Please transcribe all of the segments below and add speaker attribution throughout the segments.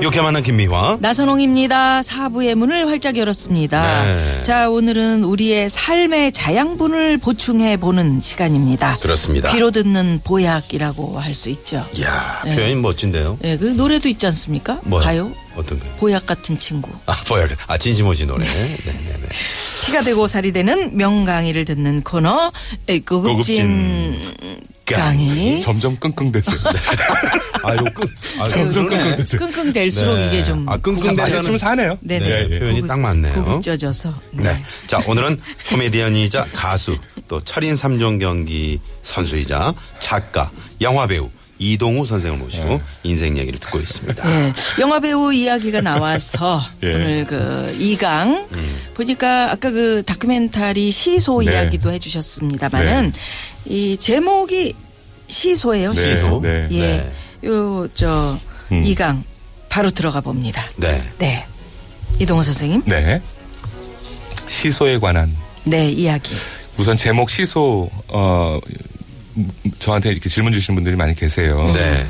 Speaker 1: 이렇게 만난 김미화.
Speaker 2: 나선홍입니다. 사부의 문을 활짝 열었습니다.
Speaker 1: 네.
Speaker 2: 자, 오늘은 우리의 삶의 자양분을 보충해 보는 시간입니다.
Speaker 1: 그렇습니다.
Speaker 2: 귀로 듣는 보약이라고 할 수 있죠.
Speaker 1: 이야,
Speaker 2: 네.
Speaker 1: 표현이 멋진데요.
Speaker 2: 예, 그 노래도 있지 않습니까?
Speaker 1: 뭐요?
Speaker 2: 가요?
Speaker 1: 어떤 거?
Speaker 2: 보약 같은 친구.
Speaker 1: 아, 뭐야. 아, 진심오 씨 노래. 네네네.
Speaker 2: 키가 되고 살이 되는 명강의를 듣는 코너 에, 고급진 강의.
Speaker 3: 점점 끙끙대세요.
Speaker 1: 아, 아유, 끙. 아유,
Speaker 3: 점점
Speaker 2: 그러네.
Speaker 3: 끙끙대세요.
Speaker 2: 끙끙댈수록
Speaker 1: 네.
Speaker 2: 이게 좀
Speaker 1: 아, 끙끙대는.
Speaker 3: 맛있으면 사네요.
Speaker 2: 네,
Speaker 1: 네,
Speaker 2: 네.
Speaker 1: 표현이 딱 맞네요.
Speaker 2: 고급 쪄져서. 네.
Speaker 1: 네. 자, 오늘은 코미디언이자 가수, 또 철인 삼종 경기 선수이자 작가, 영화배우 이동우 선생을 모시고 인생 얘기를 듣고 있습니다.
Speaker 2: 예, 영화 배우 이야기가 나와서
Speaker 3: 예.
Speaker 2: 오늘 그 이강 보니까 아까 그 다큐멘터리 시소
Speaker 3: 네.
Speaker 2: 이야기도 해주셨습니다만은 이 제목이 시소예요.
Speaker 3: 네,
Speaker 2: 시소.
Speaker 3: 네,
Speaker 2: 예,
Speaker 1: 네.
Speaker 2: 요 저
Speaker 3: 음.
Speaker 2: 이강 바로 들어가 봅니다.
Speaker 1: 네.
Speaker 2: 네, 이동호 선생님. 네,
Speaker 3: 네. 시소에 관한
Speaker 2: 이야기.
Speaker 3: 우선 제목 시소 어 음, 저한테 이렇게 질문 주시는 분들이 많이 계세요.
Speaker 1: 네.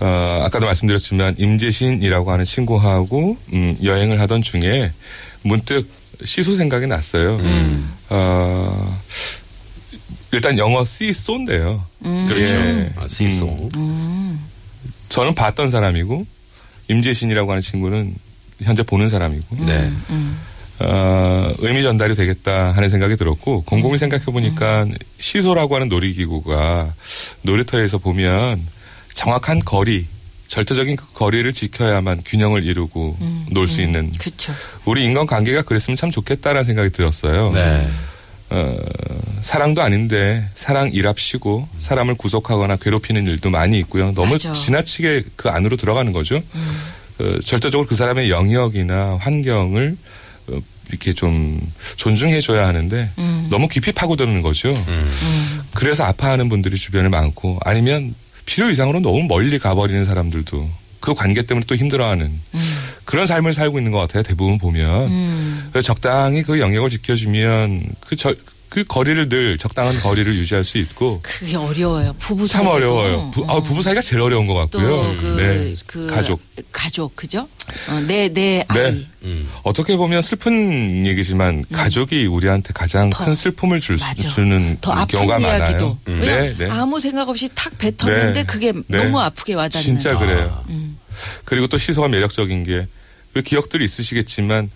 Speaker 3: 어, 아까도 말씀드렸지만 임재신이라고 하는 친구하고 음, 여행을 하던 중에 문득 시소 생각이 났어요.
Speaker 1: 음.
Speaker 3: 어, 일단 영어 시소인데요.
Speaker 1: 그렇죠.
Speaker 3: 예.
Speaker 1: 아, 시소.
Speaker 3: 저는 봤던 사람이고 임재신이라고 하는 친구는 현재 보는 사람이고
Speaker 1: 네.
Speaker 3: 어, 의미 전달이 되겠다 하는 생각이 들었고 곰곰이 생각해 보니까 시소라고 하는 놀이기구가 놀이터에서 보면 정확한 거리 절대적인 그 거리를 지켜야만 균형을 이루고 놀 수 있는
Speaker 2: 그렇죠.
Speaker 3: 우리 인간 관계가 그랬으면 참 좋겠다라는 생각이 들었어요.
Speaker 1: 네.
Speaker 3: 어, 사랑도 아닌데 사랑 일합시고 사람을 구속하거나 괴롭히는 일도 많이 있고요. 너무
Speaker 2: 맞아. 음.
Speaker 3: 지나치게 그 안으로 들어가는 거죠. 어, 절대적으로 그 사람의 영역이나 환경을 어, 이렇게 좀 존중해줘야 하는데
Speaker 2: 음.
Speaker 3: 너무 깊이 파고드는 거죠. 그래서 아파하는 분들이 주변에 많고 아니면 필요 이상으로 너무 멀리 가버리는 사람들도 그 관계 때문에 또 힘들어하는 그런 삶을 살고 있는 것 같아요. 대부분 보면
Speaker 2: 음.
Speaker 3: 그래서 적당히 그 영역을 지켜주면 그, 저, 그 거리를 늘 적당한 거리를 유지할 수 있고
Speaker 2: 그게 어려워요. 부부
Speaker 3: 참
Speaker 2: 사이도. 음.
Speaker 3: 어려워요. 부, 아, 부부 사이가 제일 어려운 것 같고요.
Speaker 2: 또그
Speaker 3: 네.
Speaker 2: 그
Speaker 3: 가족.
Speaker 2: 가족 그죠? 내내
Speaker 3: 네.
Speaker 2: 아이.
Speaker 3: 어떻게 보면 슬픈 얘기지만 가족이 우리한테 가장
Speaker 2: 음. 더.
Speaker 3: 큰 슬픔을 줄, 수-
Speaker 2: 맞아.
Speaker 3: 주는
Speaker 2: 더 아픈
Speaker 3: 경우가
Speaker 2: 이야기도
Speaker 3: 많아요. 음.
Speaker 2: 그냥
Speaker 3: 네, 네.
Speaker 2: 아무 생각 없이 탁 뱉었는데
Speaker 3: 네.
Speaker 2: 그게
Speaker 3: 네.
Speaker 2: 너무 아프게 와닿는
Speaker 3: 진짜
Speaker 2: 거. 음.
Speaker 3: 그래요. 그리고 또 시소가 매력적인 게 그 기억들이 있으시겠지만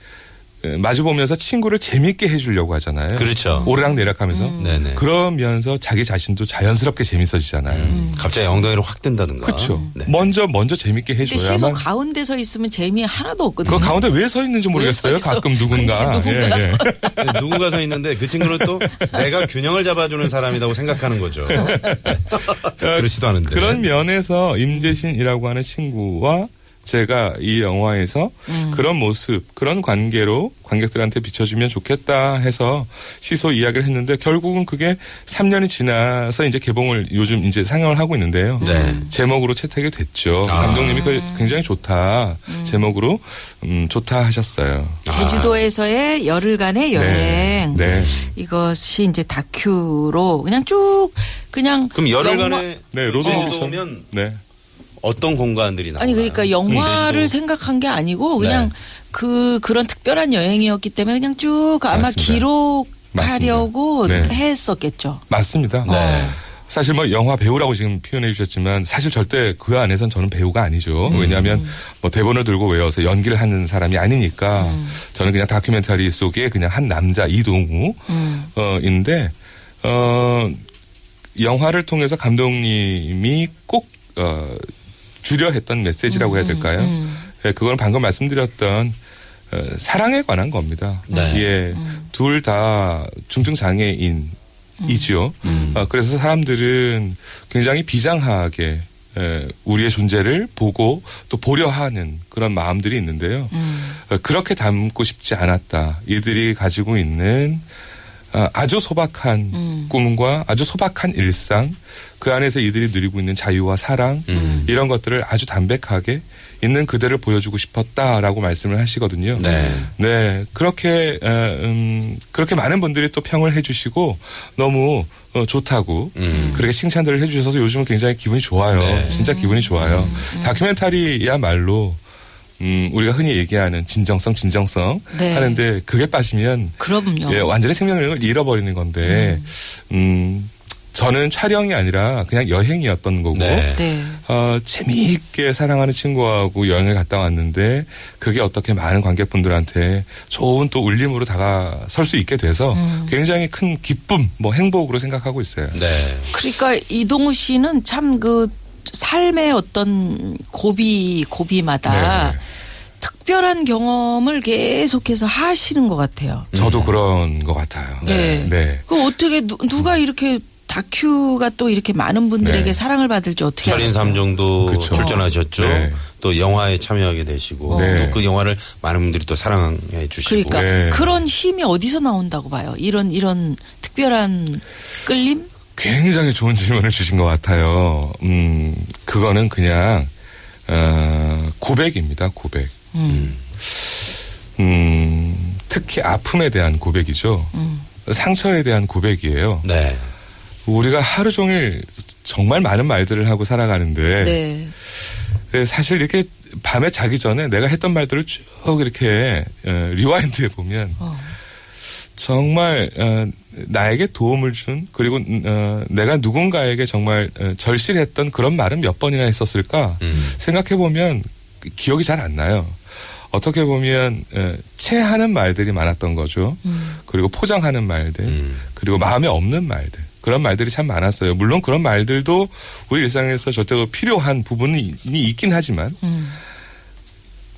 Speaker 3: 에, 마주보면서 친구를 재밌게 해주려고 하잖아요.
Speaker 1: 그렇죠.
Speaker 3: 오르락내락하면서
Speaker 2: 음.
Speaker 1: 네네.
Speaker 3: 그러면서 자기 자신도 자연스럽게 재밌어지잖아요.
Speaker 1: 갑자기 엉덩이를 확 뜬다든가.
Speaker 3: 그렇죠.
Speaker 1: 음. 네.
Speaker 3: 먼저 먼저 재밌게
Speaker 2: 근데 시소
Speaker 3: 해줘야만.
Speaker 2: 가운데 서 있으면 재미 하나도 없거든요.
Speaker 3: 그 가운데 왜 서 있는지 모르겠어요.
Speaker 2: 왜 서있어?
Speaker 3: 가끔 누군가.
Speaker 2: 근데 누군가
Speaker 3: 예, 예.
Speaker 1: 근데 네, 누군가 서 있는데 그 친구는 또 내가 균형을 잡아주는 사람이라고 생각하는 거죠. 그렇지도 않은데.
Speaker 3: 그런 면에서 임재신이라고 하는 친구와 제가 이 영화에서
Speaker 1: 음.
Speaker 3: 그런 모습, 그런 관계로 관객들한테 비춰주면 좋겠다 해서 시소 이야기를 했는데 결국은 그게 3년이 지나서 이제 개봉을 요즘 이제 상영을 하고 있는데요.
Speaker 1: 네.
Speaker 3: 제목으로 채택이 됐죠.
Speaker 1: 아.
Speaker 3: 감독님이 그 굉장히 좋다. 제목으로 음, 좋다 하셨어요.
Speaker 2: 제주도에서의 열흘간의
Speaker 1: 네.
Speaker 2: 여행.
Speaker 3: 아. 네. 네.
Speaker 2: 이것이 이제 다큐로 그냥 쭉 그냥
Speaker 1: 그럼
Speaker 2: 뭐-
Speaker 1: 열흘간에
Speaker 3: 네, 로드
Speaker 1: 제주도
Speaker 3: 뮤지션.
Speaker 1: 오면
Speaker 3: 네.
Speaker 1: 어떤 공간들이 나와요?
Speaker 2: 아니 그러니까
Speaker 3: 음.
Speaker 2: 영화를 생각한 게 아니고 그냥
Speaker 1: 네.
Speaker 2: 그 그런 특별한 여행이었기 때문에 그냥 쭉 아마
Speaker 3: 맞습니다.
Speaker 2: 기록하려고
Speaker 3: 맞습니다. 네.
Speaker 2: 했었겠죠.
Speaker 3: 맞습니다. 사실 뭐 영화 배우라고 지금 표현해 주셨지만 사실 절대 그 안에선 저는 배우가 아니죠. 왜냐하면 뭐 대본을 들고 외워서 연기를 하는 사람이 아니니까 저는 그냥 다큐멘터리 속에 그냥 한 남자 이동우 어인데 어 영화를 통해서 감독님이 꼭 어, 주려 했던 메시지라고 해야 될까요? 예, 그건 방금 말씀드렸던 어, 사랑에 관한 겁니다.
Speaker 1: 네.
Speaker 3: 예, 둘 다 중증 장애인 이지요. 아, 그래서 사람들은 굉장히 비장하게 에, 우리의 존재를 보고 또 보려 하는 그런 마음들이 있는데요. 어, 그렇게 닮고 싶지 않았다. 이들이 가지고 있는 아, 아주 소박한 꿈과 아주 소박한 일상 그 안에서 이들이 누리고 있는 자유와 사랑 이런 것들을 아주 담백하게 있는 그대를 보여주고 싶었다라고 말씀을 하시거든요.
Speaker 1: 네.
Speaker 3: 네, 그렇게 어, 음, 그렇게 많은 분들이 또 평을 해주시고 너무 어, 좋다고 그렇게 칭찬들을 해주셔서 요즘은 굉장히 기분이 좋아요. 진짜 기분이 좋아요. 다큐멘터리야말로 음, 우리가 흔히 얘기하는 진정성, 진정성
Speaker 2: 네.
Speaker 3: 하는데 그게 빠지면
Speaker 2: 그럼요.
Speaker 3: 예, 완전히 생명력을 잃어버리는 건데 음, 저는 촬영이 아니라 그냥 여행이었던 거고
Speaker 1: 네.
Speaker 2: 네.
Speaker 3: 어, 재미있게 사랑하는 친구하고 여행을 갔다 왔는데 그게 어떻게 많은 관객분들한테 좋은 또 울림으로 다가설 수 있게 돼서 굉장히 큰 기쁨, 뭐 행복으로 생각하고 있어요.
Speaker 1: 네.
Speaker 2: 그러니까 이동우 씨는 참 그 삶의 어떤 고비 고비마다
Speaker 3: 네.
Speaker 2: 특별한 경험을 계속해서 하시는 것 같아요.
Speaker 3: 저도 그런 것 같아요.
Speaker 2: 네.
Speaker 3: 음. 네.
Speaker 2: 그 어떻게 누, 가 이렇게 다큐가 또 이렇게 많은 분들에게
Speaker 3: 네.
Speaker 2: 사랑을 받을지 어떻게
Speaker 1: 철인
Speaker 2: 알았어요?
Speaker 1: 삼종도
Speaker 3: 그쵸.
Speaker 1: 출전하셨죠.
Speaker 3: 네.
Speaker 1: 또 영화에 참여하게 되시고
Speaker 3: 네.
Speaker 1: 또 그 영화를 많은 분들이 또 사랑해 주시고
Speaker 2: 어. 그러니까
Speaker 3: 네.
Speaker 2: 그런 힘이 어디서 나온다고 봐요. 이런 이런 특별한 끌림?
Speaker 3: 굉장히 좋은 질문을 주신 것 같아요. 음, 그거는 그냥, 어, 고백입니다, 고백. 음, 특히 아픔에 대한 고백이죠. 상처에 대한 고백이에요.
Speaker 1: 네.
Speaker 3: 우리가 하루 종일 정말 많은 말들을 하고 살아가는데
Speaker 2: 네.
Speaker 3: 예, 사실 이렇게 밤에 자기 전에 내가 했던 말들을 쭉 이렇게 어, 리와인드해 보면
Speaker 2: 어,
Speaker 3: 정말 어, 나에게 도움을 준 그리고 어, 내가 누군가에게 정말 어, 절실했던 그런 말은 몇 번이나 했었을까
Speaker 1: 음.
Speaker 3: 생각해 보면 기억이 잘 안 나요. 어떻게 보면 어, 체하는 말들이 많았던 거죠. 그리고 포장하는 말들,
Speaker 1: 음.
Speaker 3: 그리고 마음에 없는 말들 그런 말들이 참 많았어요. 물론 그런 말들도 우리 일상에서 절대로 필요한 부분이 있긴 하지만
Speaker 2: 음.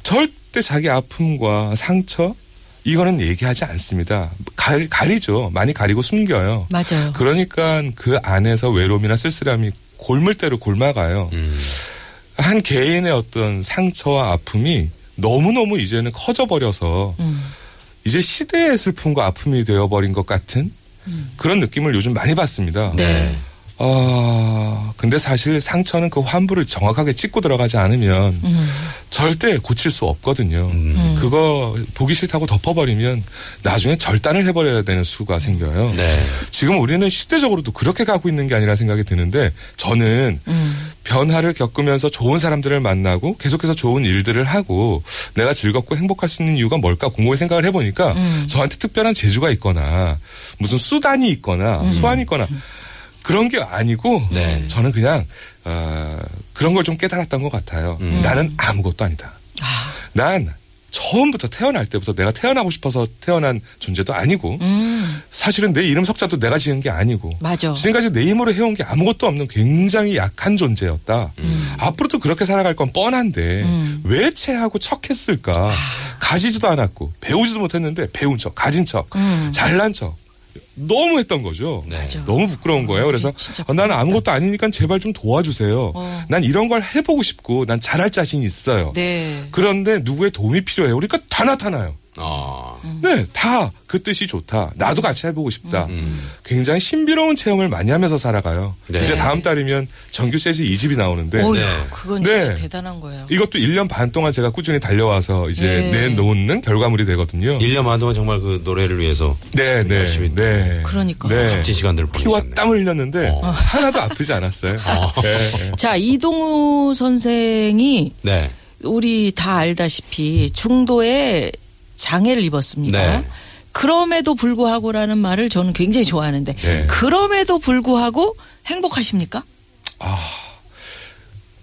Speaker 3: 절대 자기 아픔과 상처 이거는 얘기하지 않습니다. 갈, 가리죠. 많이 가리고 숨겨요.
Speaker 2: 맞아요.
Speaker 3: 그러니까 그 안에서 외로움이나 쓸쓸함이 골물대로 골마가요.
Speaker 1: 음.
Speaker 3: 한 개인의 어떤 상처와 아픔이 너무너무 이제는 커져버려서 이제 시대의 슬픔과 아픔이 되어버린 것 같은 그런 느낌을 요즘 많이 받습니다.
Speaker 1: 네.
Speaker 3: 아, 근데 사실 상처는 그 환부를 정확하게 찍고 들어가지 않으면 절대 고칠 수 없거든요. 그거 보기 싫다고 덮어버리면 나중에 절단을 해버려야 되는 수가 생겨요.
Speaker 1: 네.
Speaker 3: 지금 우리는 시대적으로도 그렇게 가고 있는 게 아니라 생각이 드는데 저는 변화를 겪으면서 좋은 사람들을 만나고 계속해서 좋은 일들을 하고 내가 즐겁고 행복할 수 있는 이유가 뭘까 곰곰이 생각을 해보니까 저한테 특별한 재주가 있거나 무슨 수단이 있거나 수완이 있거나 그런 게 아니고
Speaker 1: 네.
Speaker 3: 저는 그냥 어, 그런 걸 좀 깨달았던 것 같아요. 나는 아무것도 아니다. 난 처음부터 태어날 때부터 내가 태어나고 싶어서 태어난 존재도 아니고 사실은 내 이름 석자도 내가 지은 게 아니고
Speaker 2: 음, 맞아.
Speaker 3: 지금까지 내 힘으로 해온 게 아무것도 없는 굉장히 약한 존재였다.
Speaker 2: 음.
Speaker 3: 앞으로도 그렇게 살아갈 건 뻔한데 왜 체하고 척했을까?
Speaker 2: 아.
Speaker 3: 가지지도 않았고 배우지도 못했는데 배운 척, 가진 척,
Speaker 2: 음.
Speaker 3: 잘난 척. 너무 했던 거죠.
Speaker 1: 네.
Speaker 3: 너무 부끄러운 거예요. 그래서
Speaker 2: 진짜 어.
Speaker 3: 아, 나는 아무것도 아니니까 제발 좀 도와주세요. 난 이런 걸 해보고 싶고 난 잘할 자신이 있어요.
Speaker 2: 네.
Speaker 3: 그런데 누구의 도움이 필요해요. 그러니까 다 나타나요.
Speaker 1: 어.
Speaker 3: 네, 다 그 뜻이 좋다. 나도 같이 해보고 싶다. 굉장히 신비로운 체험을 많이 하면서 살아가요.
Speaker 1: 음. 네.
Speaker 3: 이제 다음 달이면 정규 세즈 2집이 나오는데
Speaker 2: 어휴,
Speaker 1: 네.
Speaker 2: 그건
Speaker 3: 네.
Speaker 2: 진짜 대단한 거예요.
Speaker 3: 이것도 1년 반 동안 제가 꾸준히 달려와서 이제
Speaker 2: 네.
Speaker 3: 내놓는 결과물이 되거든요.
Speaker 1: 1년 반 동안 정말 그 노래를 위해서
Speaker 3: 네, 네,
Speaker 1: 열심히
Speaker 3: 네.
Speaker 2: 그러니까.
Speaker 1: 값진 시간들을
Speaker 3: 피와
Speaker 1: 보내셨네요.
Speaker 3: 땀을 흘렸는데
Speaker 1: 어.
Speaker 3: 하나도 아프지 않았어요. 네, 네.
Speaker 2: 자, 이동우 선생이
Speaker 1: 네.
Speaker 2: 우리 다 알다시피 중도에 장애를 입었습니다.
Speaker 1: 네.
Speaker 2: 그럼에도 불구하고라는 말을 저는 굉장히 좋아하는데
Speaker 3: 네.
Speaker 2: 그럼에도 불구하고 행복하십니까?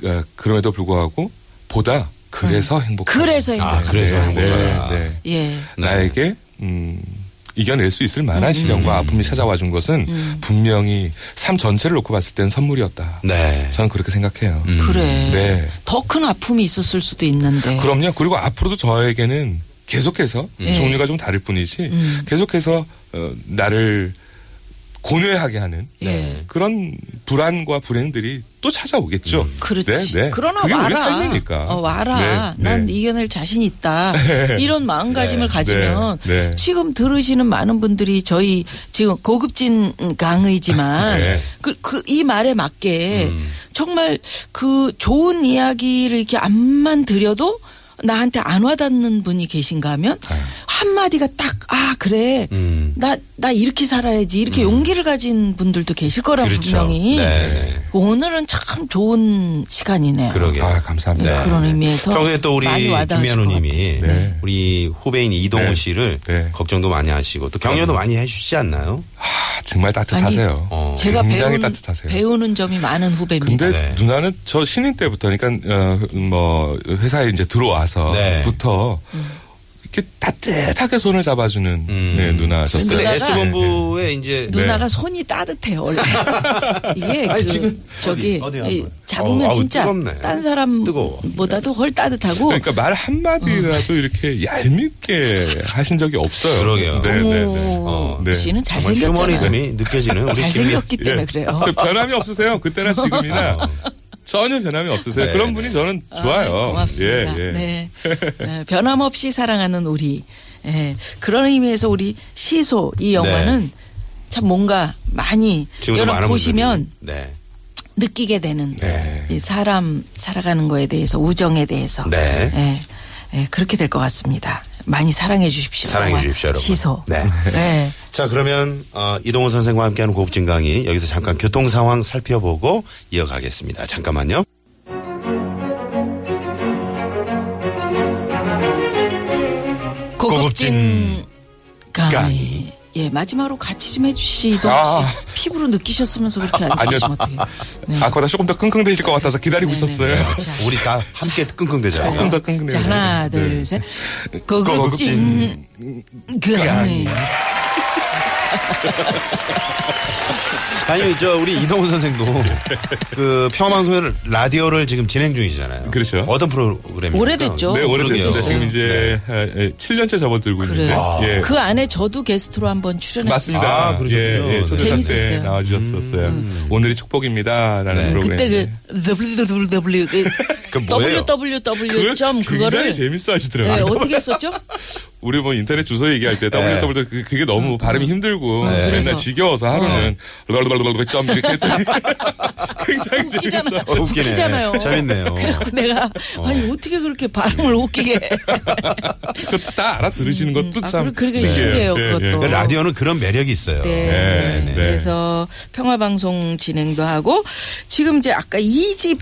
Speaker 3: 어, 그럼에도 불구하고 보다 그래서 행복하다.
Speaker 2: 음. 그래서 행복.
Speaker 1: 아, 그래서 행복하다.
Speaker 3: 네, 네.
Speaker 2: 예.
Speaker 3: 나에게 음, 이겨낼 수 있을
Speaker 2: 음.
Speaker 3: 만한 시련과 아픔이 찾아와 준 것은 분명히 삶 전체를 놓고 봤을 때는 선물이었다.
Speaker 1: 네.
Speaker 3: 저는 그렇게 생각해요.
Speaker 1: 음.
Speaker 2: 그래.
Speaker 3: 네.
Speaker 2: 더 큰 아픔이 있었을 수도 있는데.
Speaker 3: 그럼요. 그리고 앞으로도 저에게는 계속해서
Speaker 2: 음.
Speaker 3: 종류가 좀 다를 뿐이지 계속해서 어, 나를 고뇌하게 하는
Speaker 2: 예.
Speaker 3: 그런 불안과 불행들이 또 찾아오겠죠.
Speaker 2: 음. 그렇지.
Speaker 3: 네, 네.
Speaker 2: 그러나
Speaker 3: 그게
Speaker 2: 와라.
Speaker 3: 우리 삶이니까.
Speaker 2: 어, 와라.
Speaker 3: 네,
Speaker 2: 난
Speaker 3: 네.
Speaker 2: 이겨낼 자신 있다. 이런 마음가짐을
Speaker 3: 네,
Speaker 2: 가지면
Speaker 3: 네, 네.
Speaker 2: 지금 들으시는 많은 분들이 저희 지금 고급진 강의지만
Speaker 3: 네. 음.
Speaker 2: 그, 그, 이 말에 맞게 정말 그 좋은 이야기를 이렇게 암만 드려도 나한테 안 와닿는 분이 계신가 하면
Speaker 3: 네.
Speaker 2: 한마디가 딱, 아, 그래.
Speaker 1: 음.
Speaker 2: 나, 나 이렇게 살아야지. 이렇게
Speaker 3: 음.
Speaker 2: 용기를 가진 분들도 계실 거라
Speaker 1: 그렇죠.
Speaker 2: 분명히.
Speaker 1: 네, 네.
Speaker 2: 그 오늘은 참 좋은 시간이네요.
Speaker 1: 그러게.
Speaker 3: 아, 감사합니다.
Speaker 2: 그런 의미에서
Speaker 1: 평소에 또 우리
Speaker 2: 그렇죠. 많이 와닿으실 것
Speaker 1: 김현우님이
Speaker 3: 같아요. 네.
Speaker 1: 우리 후배인 이동호
Speaker 3: 네.
Speaker 1: 씨를
Speaker 3: 네.
Speaker 1: 걱정도 많이 하시고 또 격려도 많이 해주시지 않나요?
Speaker 3: 아, 정말 따뜻하세요.
Speaker 1: 어,
Speaker 2: 제가
Speaker 3: 굉장히
Speaker 2: 배운,
Speaker 3: 따뜻하세요.
Speaker 2: 배우는 점이 많은 후배입니다.
Speaker 3: 근데
Speaker 1: 네.
Speaker 3: 누나는 저 신인 때부터, 그러니까 어, 뭐 회사에 이제
Speaker 1: 네.
Speaker 3: 들어와서부터 이렇게 따뜻하게 손을 잡아주는
Speaker 1: 음.
Speaker 3: 네, 누나셨어요.
Speaker 1: 근데
Speaker 2: 누나가- 네.
Speaker 1: S
Speaker 3: 네.
Speaker 1: 본부에 이제
Speaker 2: 누나가 손이 따뜻해요 원래 이게
Speaker 1: 네. 아니,
Speaker 2: 그
Speaker 1: 지금
Speaker 2: 저기
Speaker 1: 어디, 어디 한
Speaker 2: 이
Speaker 1: 거예요?
Speaker 2: 잡으면
Speaker 1: 어, 아우,
Speaker 2: 진짜
Speaker 1: 뜨겁네.
Speaker 2: 딴 사람보다도
Speaker 1: 뜨거워.
Speaker 2: 훨 따뜻하고
Speaker 3: 그러니까 말
Speaker 2: 음.
Speaker 3: 한마디라도 이렇게 얄밉게 하신 적이 없어요.
Speaker 1: 그러게요.
Speaker 3: 네, 네, 네.
Speaker 2: 오,
Speaker 3: 네.
Speaker 2: 씨는
Speaker 1: 정말
Speaker 2: 잘생겼잖아요.
Speaker 1: 어, 휴머니즘이 느껴지는 우리 김현
Speaker 2: 잘생겼기 때문에
Speaker 3: 예.
Speaker 2: 그래요.
Speaker 3: 그래서 변함이 없으세요. 그때나 지금이나. 전혀 변함이 없으세요.
Speaker 1: 네,
Speaker 3: 그런
Speaker 1: 네.
Speaker 3: 분이 저는
Speaker 2: 아,
Speaker 3: 좋아요.
Speaker 2: 고맙습니다.
Speaker 3: 예, 예.
Speaker 2: 네. 네, 변함없이 사랑하는 우리. 예. 그런 의미에서 우리 시소 이 영화는 참 뭔가 많이
Speaker 1: 네. 지금도
Speaker 2: 여러분
Speaker 1: 많은
Speaker 2: 보시면
Speaker 1: 분들이- 네.
Speaker 2: 느끼게 되는
Speaker 1: 네.
Speaker 2: 이 사람 살아가는 거에 대해서 우정에 대해서
Speaker 1: 네.
Speaker 2: 예, 예, 그렇게 될 것 같습니다. 많이 사랑해 주십시오.
Speaker 1: 사랑해
Speaker 2: 영화
Speaker 1: 주십시오, 여러분.
Speaker 2: 시소.
Speaker 1: 네.
Speaker 2: 네.
Speaker 1: 자 그러면 어, 이동호 선생과 함께하는 고급진 강의 여기서 잠깐 교통 상황 살펴보고 이어가겠습니다. 잠깐만요.
Speaker 2: 고급진 강의.
Speaker 1: 강의.
Speaker 2: 예, 마지막으로 같이 좀 해주시도 혹시
Speaker 3: 아.
Speaker 2: 피부로 느끼셨으면서 그렇게
Speaker 3: 아니요.
Speaker 2: 앉으시면 어떡해요. 네.
Speaker 3: 아까보다 조금 더 끙끙대실 것 같아서 기다리고
Speaker 2: 네, 네.
Speaker 3: 있었어요.
Speaker 2: 자.
Speaker 1: 우리 다 함께 끙끙대잖아요.
Speaker 3: 조금 더 끙끙대요.
Speaker 2: 자, 하나, 둘,
Speaker 3: 네.
Speaker 2: 셋. 고급진 그 강의.
Speaker 1: 아니 저 우리 이동훈 선생도 그 평방송을 라디오를 지금 진행 중이시잖아요.
Speaker 3: 그렇죠.
Speaker 1: 어떤 프로그램입니까?
Speaker 2: 오래됐죠.
Speaker 3: 네, 오래됐습니다.
Speaker 2: 어, 그러게요. 네.
Speaker 3: 지금 이제 아, 예, 7년째 접어들고 있는데.
Speaker 2: 그래요.
Speaker 3: 예.
Speaker 2: 그 안에 저도 게스트로 한번 출연했습니다.
Speaker 3: 맞습니다.
Speaker 1: 아, 그러셨군요.
Speaker 3: 예, 예, 초대사 때
Speaker 2: 재밌었어요. 음.
Speaker 3: 나와주셨어요. 음. 오늘이 축복입니다라는 프로그램.
Speaker 2: 그때 그 www
Speaker 1: 그 뭐예요?
Speaker 2: www 점
Speaker 3: 굉장히
Speaker 2: 그거를
Speaker 3: 재밌어
Speaker 2: 네,
Speaker 3: 하시더라고요. 아,
Speaker 2: 어떻게 네. 했었죠?
Speaker 3: 우리 뭐 인터넷 주소 얘기할 때 www 그- 그게 너무 발음이 힘들고
Speaker 2: 네. 그래서. 네.
Speaker 3: 맨날 지겨워서 하루는 랄랄랄랄 점 이렇게 했더니 굉장히
Speaker 2: 웃기잖아요.
Speaker 3: 재밌어.
Speaker 1: 어, 웃기네.
Speaker 2: 웃기잖아요.
Speaker 1: 재밌네요.
Speaker 2: 그래갖고 내가 아니 어떻게 그렇게 발음을 웃기게 해.
Speaker 3: 다 알아들으시는 것도
Speaker 2: 아,
Speaker 3: 참
Speaker 2: 그러- 그러게
Speaker 3: 신기해요.
Speaker 2: 신기해요,
Speaker 3: 예,
Speaker 2: 그것도.
Speaker 3: 예.
Speaker 1: 그 라디오는 그런 매력이 있어요.
Speaker 2: 네.
Speaker 3: 네,
Speaker 2: 네.
Speaker 3: 네.
Speaker 2: 그래서 평화방송 진행도 하고 지금 이제 아까 2집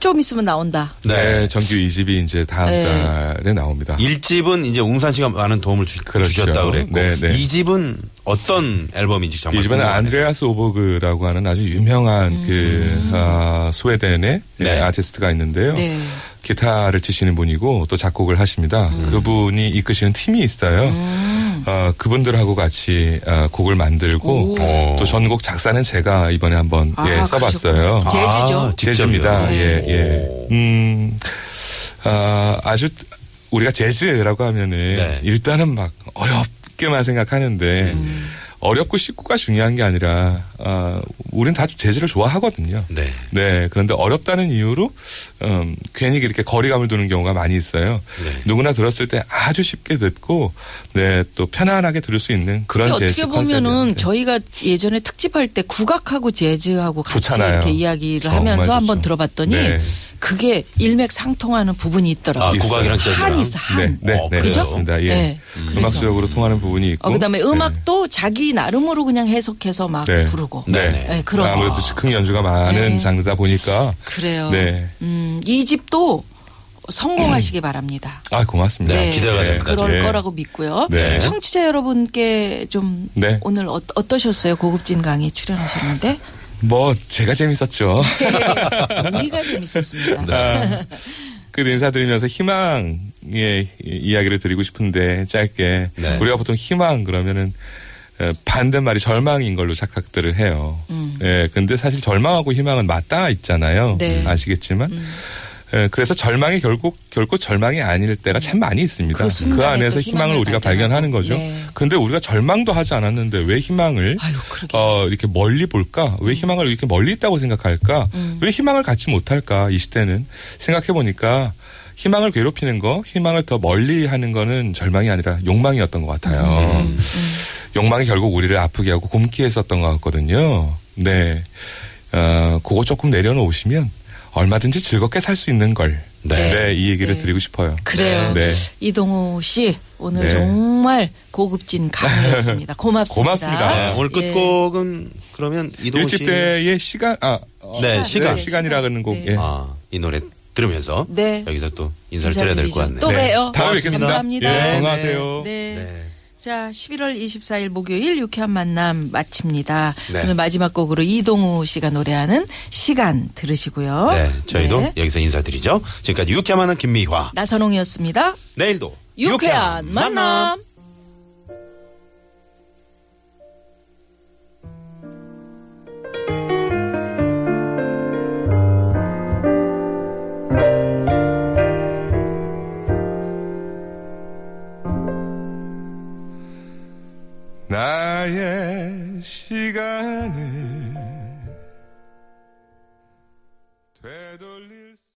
Speaker 2: 좀 있으면 나온다.
Speaker 3: 네.
Speaker 1: 네.
Speaker 3: 정규 2집이 이제 다음
Speaker 2: 네.
Speaker 3: 달에 나옵니다.
Speaker 1: 일집은 이제 웅산 씨가 많은 도움을 주,
Speaker 3: 그렇죠.
Speaker 1: 셨다고 그랬고
Speaker 3: 네, 네.
Speaker 1: 이집은 어떤 앨범인지 정말
Speaker 3: 이 집에는
Speaker 1: 궁금하네요.
Speaker 3: 안드레아스 오버그라고 하는 아주 유명한 그 아, 스웨덴의
Speaker 1: 음. 네.
Speaker 3: 예, 아티스트가 있는데요.
Speaker 2: 네.
Speaker 3: 기타를 치시는 분이고 또 작곡을 하십니다.
Speaker 1: 음.
Speaker 3: 그분이 이끄시는 팀이 있어요. 아, 그분들하고 같이 아, 곡을 만들고
Speaker 1: 오.
Speaker 3: 또 전곡 작사는 제가 이번에 한번
Speaker 2: 아,
Speaker 3: 예, 써봤어요.
Speaker 2: 그러셨구나. 제주죠.
Speaker 3: 재즈입니다.
Speaker 1: 직접이요? 네.
Speaker 3: 예, 예.
Speaker 1: 오.
Speaker 3: 음, 아, 아주 우리가 재즈라고 하면은
Speaker 1: 네.
Speaker 3: 일단은 막 어렵게만 생각하는데
Speaker 2: 음.
Speaker 3: 어렵고 쉽고가 중요한 게 아니라 아, 우린 다 재즈를 좋아하거든요.
Speaker 1: 네.
Speaker 3: 네. 그런데 어렵다는 이유로 음, 괜히 이렇게 거리감을 두는 경우가 많이 있어요.
Speaker 1: 네.
Speaker 3: 누구나 들었을 때 아주 쉽게 듣고 네, 또 편안하게 들을 수 있는
Speaker 2: 근데
Speaker 3: 그런 재즈
Speaker 2: 어떻게 보면은
Speaker 3: 컨셉이었는데.
Speaker 2: 저희가 예전에 특집할 때 국악하고 재즈하고 같이
Speaker 3: 좋잖아요.
Speaker 2: 이렇게 이야기를
Speaker 3: 정말
Speaker 2: 하면서
Speaker 3: 좋죠.
Speaker 2: 한번 들어봤더니
Speaker 3: 네.
Speaker 2: 그게 일맥상통하는 부분이
Speaker 1: 아,
Speaker 2: 있더라고요.
Speaker 3: 있어요.
Speaker 1: 국악이랑 재즈랑
Speaker 2: 한이 있어 한.
Speaker 3: 네, 네,
Speaker 1: 어,
Speaker 3: 네,
Speaker 1: 그죠?
Speaker 3: 그렇습니다. 예.
Speaker 2: 네.
Speaker 3: 음악적으로 통하는 부분이 있고.
Speaker 2: 어, 그다음에
Speaker 3: 네.
Speaker 2: 음악도 자기 나름으로 그냥 해석해서 막
Speaker 3: 네.
Speaker 2: 부르고.
Speaker 3: 네.
Speaker 2: 네, 그런
Speaker 3: 아무래도
Speaker 2: 거.
Speaker 3: 즉흥 연주가 많은
Speaker 2: 네.
Speaker 3: 장르다 보니까.
Speaker 2: 그래요.
Speaker 3: 네.
Speaker 2: 음, 이 집도 성공하시기 바랍니다.
Speaker 3: 아, 고맙습니다.
Speaker 2: 네.
Speaker 1: 기대가 됩니다.
Speaker 2: 그럴
Speaker 3: 네.
Speaker 2: 거라고 믿고요.
Speaker 3: 네.
Speaker 2: 청취자 여러분께 좀
Speaker 3: 네.
Speaker 2: 오늘 어, 어떠셨어요? 고급진 강의 출연하셨는데
Speaker 3: 뭐, 제가 재밌었죠.
Speaker 2: 우리가 재밌었습니다.
Speaker 3: 그 인사드리면서 희망의 이- 이야기를 드리고 싶은데, 짧게.
Speaker 1: 네.
Speaker 3: 우리가 보통 희망 그러면은, 어, 반대말이 절망인 걸로 착각들을 음. 해요. 예, 근데 사실 절망하고 희망은 맞닿아 있잖아요.
Speaker 2: 네.
Speaker 3: 아시겠지만. 예, 그래서 절망이 결국 결코 절망이 아닐 때가 참 많이 있습니다.
Speaker 2: 그렇습니다.
Speaker 3: 그 안에서
Speaker 2: 또
Speaker 3: 희망을
Speaker 2: 희망을
Speaker 3: 우리가
Speaker 2: 발견하고.
Speaker 3: 발견하는 거죠.
Speaker 2: 네.
Speaker 3: 근데 우리가 절망도 하지 않았는데 왜 희망을
Speaker 2: 아유, 그러게. 음.
Speaker 3: 어, 이렇게 멀리 볼까? 왜 희망을 이렇게 멀리 있다고 생각할까? 왜 희망을 갖지 못할까? 이 시대는 생각해 보니까 희망을 괴롭히는 거, 희망을 더 멀리 하는 거는 절망이 아니라 욕망이었던 것 같아요.
Speaker 2: 음,
Speaker 3: 욕망이 결국 우리를 아프게 하고 곰게 했었던 것 같거든요. 네. 어, 그거 조금 내려놓으시면 얼마든지 즐겁게 살 수 있는 걸.
Speaker 1: 네.
Speaker 3: 네. 이 얘기를 드리고 싶어요.
Speaker 2: 그래요.
Speaker 3: 네.
Speaker 2: 이동호 씨 오늘
Speaker 3: 네.
Speaker 2: 정말 고급진 강의였습니다. 고맙습니다.
Speaker 3: 고맙습니다.
Speaker 1: 네, 오늘
Speaker 2: 예.
Speaker 1: 끝곡은 그러면 이동훈 씨.
Speaker 3: 일집 때의 시간, 아, 어,
Speaker 1: 네, 시간.
Speaker 3: 시간이라는 곡.
Speaker 2: 네.
Speaker 3: 예.
Speaker 1: 아, 이 노래 들으면서
Speaker 2: 네.
Speaker 1: 여기서 또 인사를 드려야 될 것 같네요.
Speaker 2: 인사드리죠. 또 봬요.
Speaker 3: 다음에 뵙겠습니다.
Speaker 2: 감사합니다.
Speaker 3: 예,
Speaker 2: 네,
Speaker 3: 건강하세요.
Speaker 2: 네.
Speaker 1: 네.
Speaker 2: 자, 11월 24일 목요일 유쾌한 만남 마칩니다.
Speaker 1: 네.
Speaker 2: 오늘 마지막 곡으로 이동우 씨가 노래하는 시간 들으시고요.
Speaker 1: 네, 저희도
Speaker 2: 네.
Speaker 1: 여기서 인사드리죠. 지금까지 유쾌한 만남 김미화.
Speaker 2: 나선홍이었습니다.
Speaker 1: 내일도
Speaker 2: 유쾌한 만남.
Speaker 3: 나의 시간을 되돌리